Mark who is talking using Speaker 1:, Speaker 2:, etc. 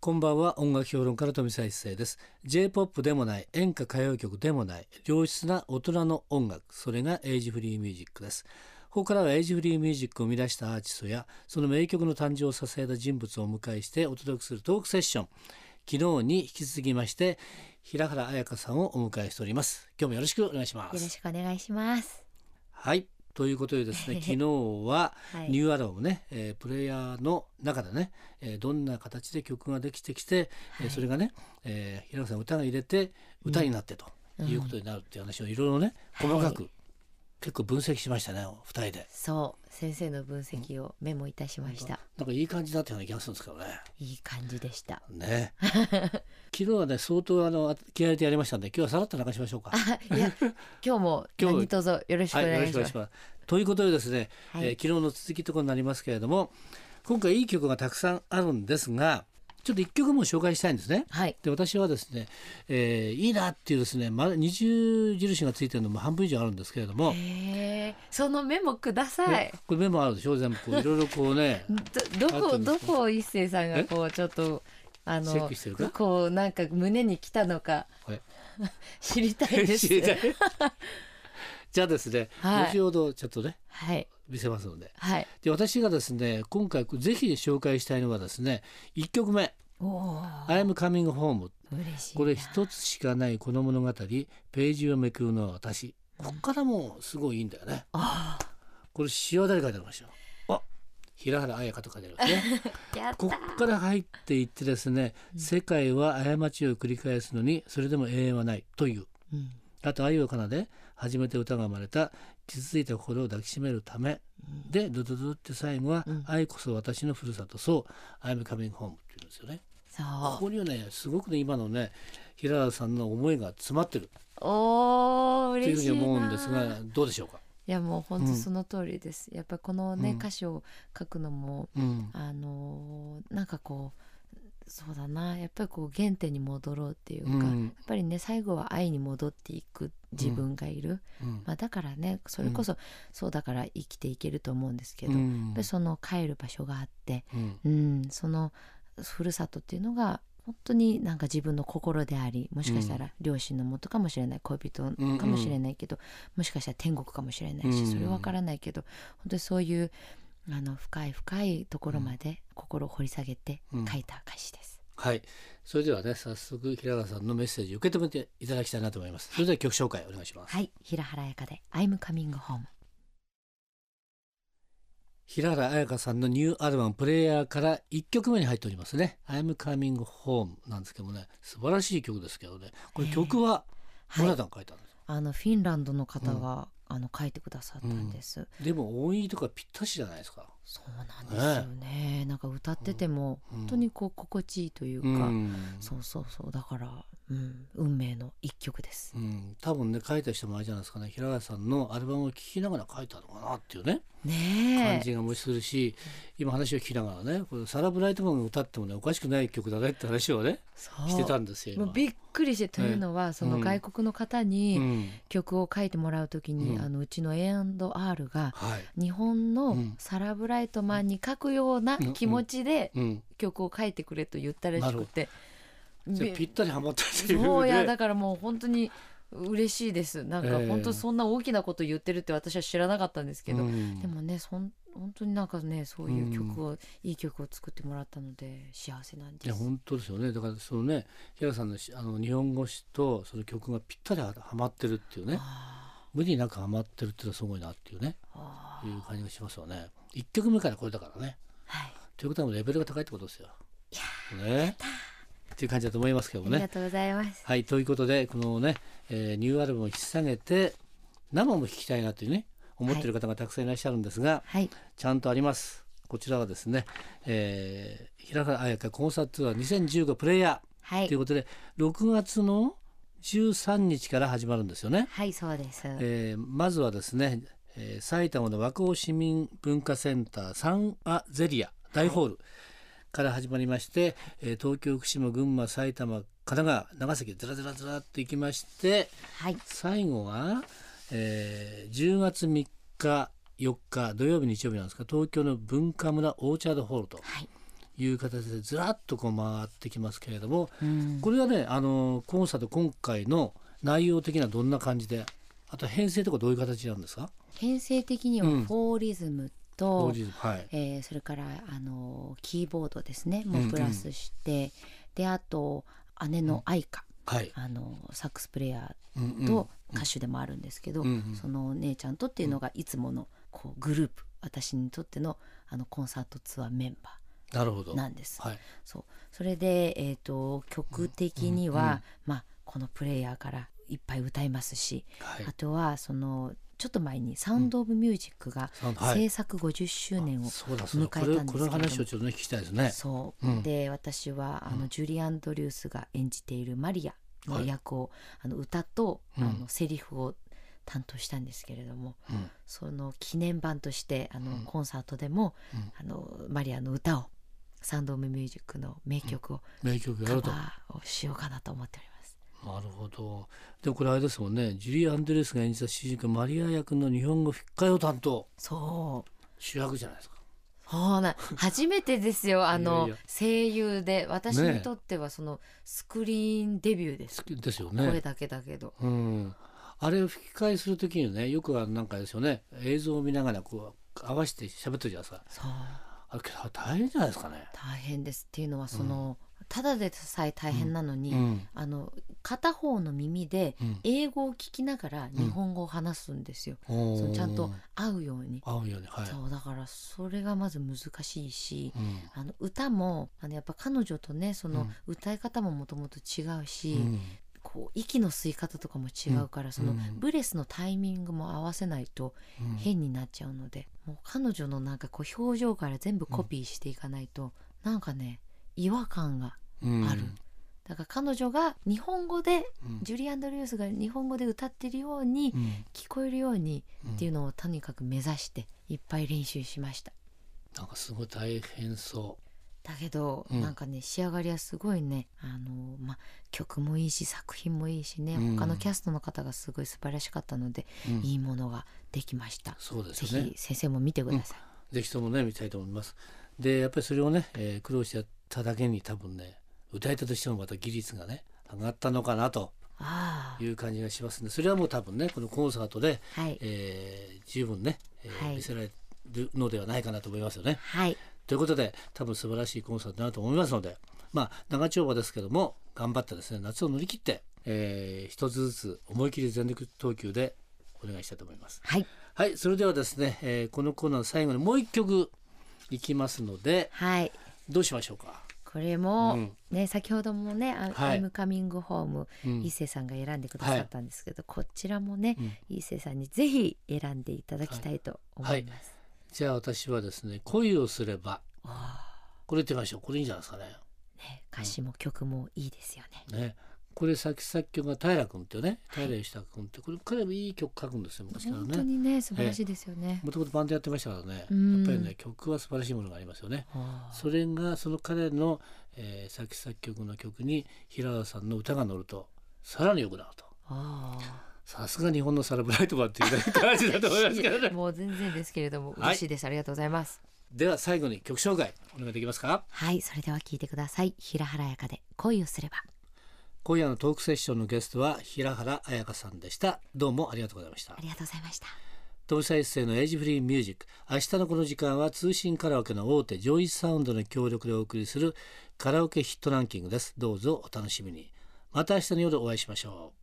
Speaker 1: こんばんは音楽評論家の富澤一世です J-POP でもない演歌歌謡曲でもない良質な大人の音楽それがエイジフリーミュージックですここからはエイジフリーミュージックを生み出したアーティストやその名曲の誕生を支えた人物をお迎えしてお届けするトークセッション昨日に引き続きまして平原彩香さんをお迎えしております今日もよろしくお願いしま
Speaker 2: よろ
Speaker 1: す
Speaker 2: しくお願いします。
Speaker 1: はいということでです ね昨日は
Speaker 2: はい
Speaker 1: ニューアルバムね、えープレイヤーの中でね、えーどんな形で曲ができてきて、えーそれがね、えー平野さん歌が入れて歌になってということになるっていう話をいろいろね細かく、結構分析しましたねお二人で。
Speaker 2: そう、先生の分析をメモいたしました。
Speaker 1: なんかいい感じだったような気がするんですけどね。
Speaker 2: いい感じでした。
Speaker 1: ね昨日はね相当あの気合い入れてやりましたんで今日はさらっと流しましょうか。
Speaker 2: あい や、今日も
Speaker 1: 今日
Speaker 2: 何卒よろしくお
Speaker 1: はい、よ
Speaker 2: 願
Speaker 1: ろしく
Speaker 2: いし
Speaker 1: お願
Speaker 2: ま
Speaker 1: いし
Speaker 2: す。
Speaker 1: ます。ということでですね、
Speaker 2: はい
Speaker 1: えー昨日の続きところになりますけれども今回いい曲がたくさんあるんですがちょっと一曲も紹介したいんですね。
Speaker 2: はい、
Speaker 1: で私はですね、えーいいなっていうですね、ま、二重印がついてるのも半分以上あるんですけれども、
Speaker 2: へーそのメモください
Speaker 1: ね。これメモあるでしょ全部こういろいろこう ね
Speaker 2: どど
Speaker 1: あった
Speaker 2: こ
Speaker 1: んです
Speaker 2: ど
Speaker 1: か
Speaker 2: こを一星さん
Speaker 1: え
Speaker 2: がこうちょっとあ
Speaker 1: チェックしてるか
Speaker 2: のこうなんか胸に来たのか
Speaker 1: これ
Speaker 2: 知りたいです。
Speaker 1: 知りたいじゃあですね、
Speaker 2: はい
Speaker 1: 後ほどちょっとね
Speaker 2: はい
Speaker 1: 見せますので
Speaker 2: はい。
Speaker 1: で私がですね今回ぜひ紹介したいのはですね1曲目
Speaker 2: おお
Speaker 1: 「I'm Coming Home」
Speaker 2: 嬉しいな。
Speaker 1: これ一つしかないこの物語ページをめくるのは私こっからもうすごいいいんだよね
Speaker 2: あ
Speaker 1: これ詩は誰かでありましょうあ平原綾香とかでありますね
Speaker 2: ーやった
Speaker 1: こ
Speaker 2: ー。
Speaker 1: っから入っていってですね「世界は過ちを繰り返すのにそれでも永遠はない」という
Speaker 2: うん
Speaker 1: あと「愛を奏で」初めて歌が生まれた「傷ついた心を抱きしめるため」でドドドドって最後は
Speaker 2: うん
Speaker 1: 「愛こそ私のふるさとそう「I'm coming home」っていうんですよね。こ
Speaker 2: そう。
Speaker 1: こにはねすごくね今のね平原さんの思いが詰まってる
Speaker 2: おお
Speaker 1: というふ
Speaker 2: 嬉
Speaker 1: う
Speaker 2: しい
Speaker 1: に
Speaker 2: なー。
Speaker 1: 思うんですがどうでしょうか、
Speaker 2: いやもう本
Speaker 1: う
Speaker 2: 当
Speaker 1: ん
Speaker 2: その通りです、やっぱりこのね、
Speaker 1: うん
Speaker 2: 歌詞を書くのも
Speaker 1: うん
Speaker 2: あのーなんかこうそうだなやっぱりこう原点に戻ろうっていうか、
Speaker 1: う
Speaker 2: やっ
Speaker 1: ん
Speaker 2: ぱりね最後は愛に戻っていく自分がいる、
Speaker 1: うん
Speaker 2: まあ、だからねそれこそ、そうだから生きていけると思うんですけど、
Speaker 1: う
Speaker 2: やっ
Speaker 1: ん
Speaker 2: ぱりその帰る場所があって、
Speaker 1: うん
Speaker 2: うん、そのふるさとっていうのが本当になんか自分の心でありもしかしたら両親のもとかもしれない恋人かもしれないけど、もしかしたら天国かもしれない
Speaker 1: う
Speaker 2: し、
Speaker 1: ん
Speaker 2: それわからないけど本当にそういうあの深い深いところまで心を掘り下げて
Speaker 1: うん
Speaker 2: 書いた歌詞です。
Speaker 1: はいそれではね早速平原さんのメッセージ受け止めていただきたいなと思いますそれでは曲紹介お願いします、
Speaker 2: はい平原彩香で「I'm coming home
Speaker 1: 平原綾香さんのニューアルバム「プレイヤー」から1曲目に入っておりますね「I'm coming home」なんですけどもね素晴らしい曲ですけどねこれ曲は」
Speaker 2: は
Speaker 1: ど
Speaker 2: い、
Speaker 1: なたが書いたんですか、
Speaker 2: あのフィンランドの方が、あの書いてくださったんです。
Speaker 1: でも音域とかぴったしじゃないですか
Speaker 2: そうなんですよねなんか歌ってても、
Speaker 1: うん
Speaker 2: 本当にこう心地いいというか、
Speaker 1: うん
Speaker 2: そうそうそうだから、うん、運命の一曲です。
Speaker 1: うん、多分ね書いた人もあれじゃないですかね平原さんのアルバムを聴きながら書いたのかなっていうね感
Speaker 2: ねえ
Speaker 1: じがもしするし、今話を聞きながらねこれサラ・ブライトマンが歌ってもねおかしくない曲だねって話をね
Speaker 2: そう
Speaker 1: してたんですよ。
Speaker 2: もうびっくりしてというのは、その外国の方
Speaker 1: 今う
Speaker 2: に
Speaker 1: ん
Speaker 2: 曲を書いてもらうときに、
Speaker 1: うん
Speaker 2: あのうちの A&R が
Speaker 1: はい
Speaker 2: 日本
Speaker 1: う
Speaker 2: の
Speaker 1: ん
Speaker 2: サラ・ブライトマンに書くような気持ちで
Speaker 1: うん、
Speaker 2: 曲を書いてくれと言ったらしくて、
Speaker 1: じゃあ
Speaker 2: び
Speaker 1: ぴったりハマったっていうね
Speaker 2: そうやだからもう本当に嬉しいですなんか本当そんな大きなこと言ってるって私は知らなかったんですけど、
Speaker 1: うん
Speaker 2: でもねそん本当になんかねそういう曲を、いい曲を作ってもらったので幸せなん
Speaker 1: い
Speaker 2: で
Speaker 1: や
Speaker 2: す。
Speaker 1: 本当ですよねだからそのね平原さんのしあの日本語詞とその曲がぴったりはまってるっていうね
Speaker 2: あ
Speaker 1: 無理なくはまってるっていうのはすごいなっていうね
Speaker 2: ーあー
Speaker 1: いう感じがしますよね1曲目からこれだからね
Speaker 2: はい、
Speaker 1: ということはもうレベルが高いってことですよ。ね。っていう感じだと思いますけども
Speaker 2: ありが
Speaker 1: ね。
Speaker 2: とうございます。
Speaker 1: はいということでこのね、えーニューアルバムを引き下げて生も弾きたいなというね思ってる方がたくさんいらっしゃるんですが、
Speaker 2: はい、
Speaker 1: ちゃんとあります。こちらはですね、えー平原綾香コンサートツアー2015プレイヤ
Speaker 2: は
Speaker 1: ーとい
Speaker 2: い、
Speaker 1: うことで6月の13日から始まるんですよね。
Speaker 2: はい、そうです。
Speaker 1: えーまずはですね、えー埼玉の和光市民文化センターサンアゼリア大ホールから始まりまして、えー東京福島群馬埼玉神奈川長崎ずらずらずらっと行きまして
Speaker 2: はい、
Speaker 1: 最後は、えー10月3日4日土曜日日曜日なんですが東京の文化村オーチャードホールと
Speaker 2: はい、
Speaker 1: いう形でずらっとこう回ってきますけれども、
Speaker 2: うん
Speaker 1: これはねあのコンサート今回の内容的にはどんな感じであと編成とかどういう形なんですか
Speaker 2: 編成的には
Speaker 1: うん
Speaker 2: フォーリズムと、
Speaker 1: 同時にはい
Speaker 2: えーそれからあのキーボードですね
Speaker 1: うん
Speaker 2: も
Speaker 1: うん
Speaker 2: うプラスして、であと姉の愛花、
Speaker 1: はい、
Speaker 2: あのサックスプレイヤ
Speaker 1: うんう
Speaker 2: ー
Speaker 1: ん
Speaker 2: と歌手でもあるんですけど、
Speaker 1: うんうん
Speaker 2: その姉ちゃんとっていうのがいつものこうグループ私にとってのあのコンサートツアーメンバ
Speaker 1: なるほど
Speaker 2: ーなんです。
Speaker 1: はい
Speaker 2: そうそれで、えー、と曲的には、まあ、このプレイヤーからいっぱい歌いますし、
Speaker 1: はい
Speaker 2: あとはそのちょっと前に「サウンド・オブ・ミュージック」が
Speaker 1: サウンドはい
Speaker 2: 制作50周年を
Speaker 1: そうだそうだ
Speaker 2: 迎え
Speaker 1: これ
Speaker 2: たん
Speaker 1: こ
Speaker 2: ですけれども
Speaker 1: の話をちょっとね聞きたいですね
Speaker 2: そう、で私はあのジュリー・アンドリュースが演じているマリアの役を、あの歌と、あのセリフを担当したんですけれども、
Speaker 1: うん
Speaker 2: その記念版としてあの、コンサートでも、あのマリアの歌をサウンド・オブ・ミュージックの名曲を
Speaker 1: 名曲や
Speaker 2: カ
Speaker 1: ると
Speaker 2: バーをしようかなと思っております。
Speaker 1: なるほどでもこれあれですもんねジュリー・アンドレスが演じた主人公マリア役の日本語吹き替えを担当
Speaker 2: そう
Speaker 1: 主役じゃないですか
Speaker 2: そうなん初めてで すよあの
Speaker 1: いやいや
Speaker 2: 声優で私
Speaker 1: ねえ
Speaker 2: にとってはそのスクリーンデビューです、
Speaker 1: 好きですよ
Speaker 2: 声
Speaker 1: ね
Speaker 2: だけだけど
Speaker 1: うんあれを吹き替えする時にねよくはなんかあれですよね映像を見ながらこう合わせて喋ってるじゃないですか
Speaker 2: そう
Speaker 1: あれけど大変じゃないですかね
Speaker 2: 大変ですっていうのはその、ただでさえ大変なのに、
Speaker 1: うん
Speaker 2: あの片方の耳で
Speaker 1: うん
Speaker 2: 英語を聞きながら日本語を話すんですよ、
Speaker 1: おー
Speaker 2: そのちゃんと合うように、
Speaker 1: 合うよねはい
Speaker 2: そうだからそれがまず難しいし、
Speaker 1: うん
Speaker 2: あの歌もあのやっぱ彼女とねその歌い方ももともと違うし、
Speaker 1: うん
Speaker 2: こう息の吸い方とかも違うから、その
Speaker 1: うん
Speaker 2: ブレスのタイミングも合わせないと
Speaker 1: うん
Speaker 2: 変になっちゃうので、もう彼女のなんかこう表情から全部コピーしていかないと、なんかね違和感が
Speaker 1: うん
Speaker 2: あるだから彼女が日本語で、
Speaker 1: うん
Speaker 2: ジュリー・アンドリュースが日本語で歌ってるように
Speaker 1: うん
Speaker 2: 聞こえるようにっていうのをとにかく目指していっぱい練習しました。
Speaker 1: なんかすごい大変そ
Speaker 2: だけど、
Speaker 1: うん
Speaker 2: なんかね仕上がりはすごいねあの、まあ、曲もいいし作品もいいしね、
Speaker 1: うん
Speaker 2: 他のキャストの方がすごい素晴らしかったので、
Speaker 1: うん
Speaker 2: いいものができました
Speaker 1: う。そうです
Speaker 2: ぜ
Speaker 1: よね
Speaker 2: ひ先生も見てください。
Speaker 1: ぜひともね見たいと思います。でやっぱりそれをね、えー苦労してやっただけに多分ね歌い手としてもまた技術がね上がったのかなと
Speaker 2: あ
Speaker 1: いう感じがしますのでそれはもう多分ねこのコンサートで、
Speaker 2: あはい、
Speaker 1: えー十分ね、えー
Speaker 2: はい
Speaker 1: 見せられるのではないかなと思いますよね。
Speaker 2: はい、
Speaker 1: ということで多分素晴らしいコンサートになると思いますのでまあ長丁場ですけども頑張ってですね夏を乗り切って、えー一つずつ思い切り全力投球でお願いしたいと思います。
Speaker 2: はい、
Speaker 1: はい、それではですね、えーこのコーナーの最後にもう一曲いきますので、
Speaker 2: はい、
Speaker 1: どうしましょうか。
Speaker 2: これも、
Speaker 1: うん
Speaker 2: ね先ほどもね「
Speaker 1: はい
Speaker 2: I'm Coming Home、
Speaker 1: うん
Speaker 2: 伊勢さんが選んでくださったんですけど、こちらもね、伊勢さんにぜひ選んでいただきたいと思います。
Speaker 1: じゃあ私はですね、恋をすれば、
Speaker 2: あ
Speaker 1: これ言ってみましょう。これいいんじゃないですか
Speaker 2: ーね、歌詞も曲もいいですよね。
Speaker 1: ね。ね。これ作詞作曲が平君っていうね、平良久君って、これ彼もいい曲書くんですよ、昔から
Speaker 2: 本当
Speaker 1: ね。
Speaker 2: にね素晴らしいですよね。
Speaker 1: もともとバンドやってましたからね、やっぱ
Speaker 2: うん
Speaker 1: りね、曲は素晴らしいものがありますよね。
Speaker 2: はあ
Speaker 1: それがその彼の、えー作詞作曲の曲に平良さんの歌が乗ると、さらに良くなると。
Speaker 2: あ
Speaker 1: さすが日本のサラブライトマンっていうね感じだと思いますけど
Speaker 2: あ
Speaker 1: ね。
Speaker 2: もう全然ですけれども
Speaker 1: はい
Speaker 2: 嬉しいです、ありがとうございます。
Speaker 1: では最後に曲紹介お願いできますか
Speaker 2: はいそれでは聞いてください平原やかで恋をすれば。
Speaker 1: 今夜のトークセッションのゲストは平原彩香さんでしたどうもありがとうございました
Speaker 2: ありがとうございました。
Speaker 1: 富澤一世のエイジフリーミュージック明日のこの時間は通信カラオケの大手ジョイサウンドの協力でお送りするカラオケヒットランキングですどうぞお楽しみにまた明日の夜お会いしましょう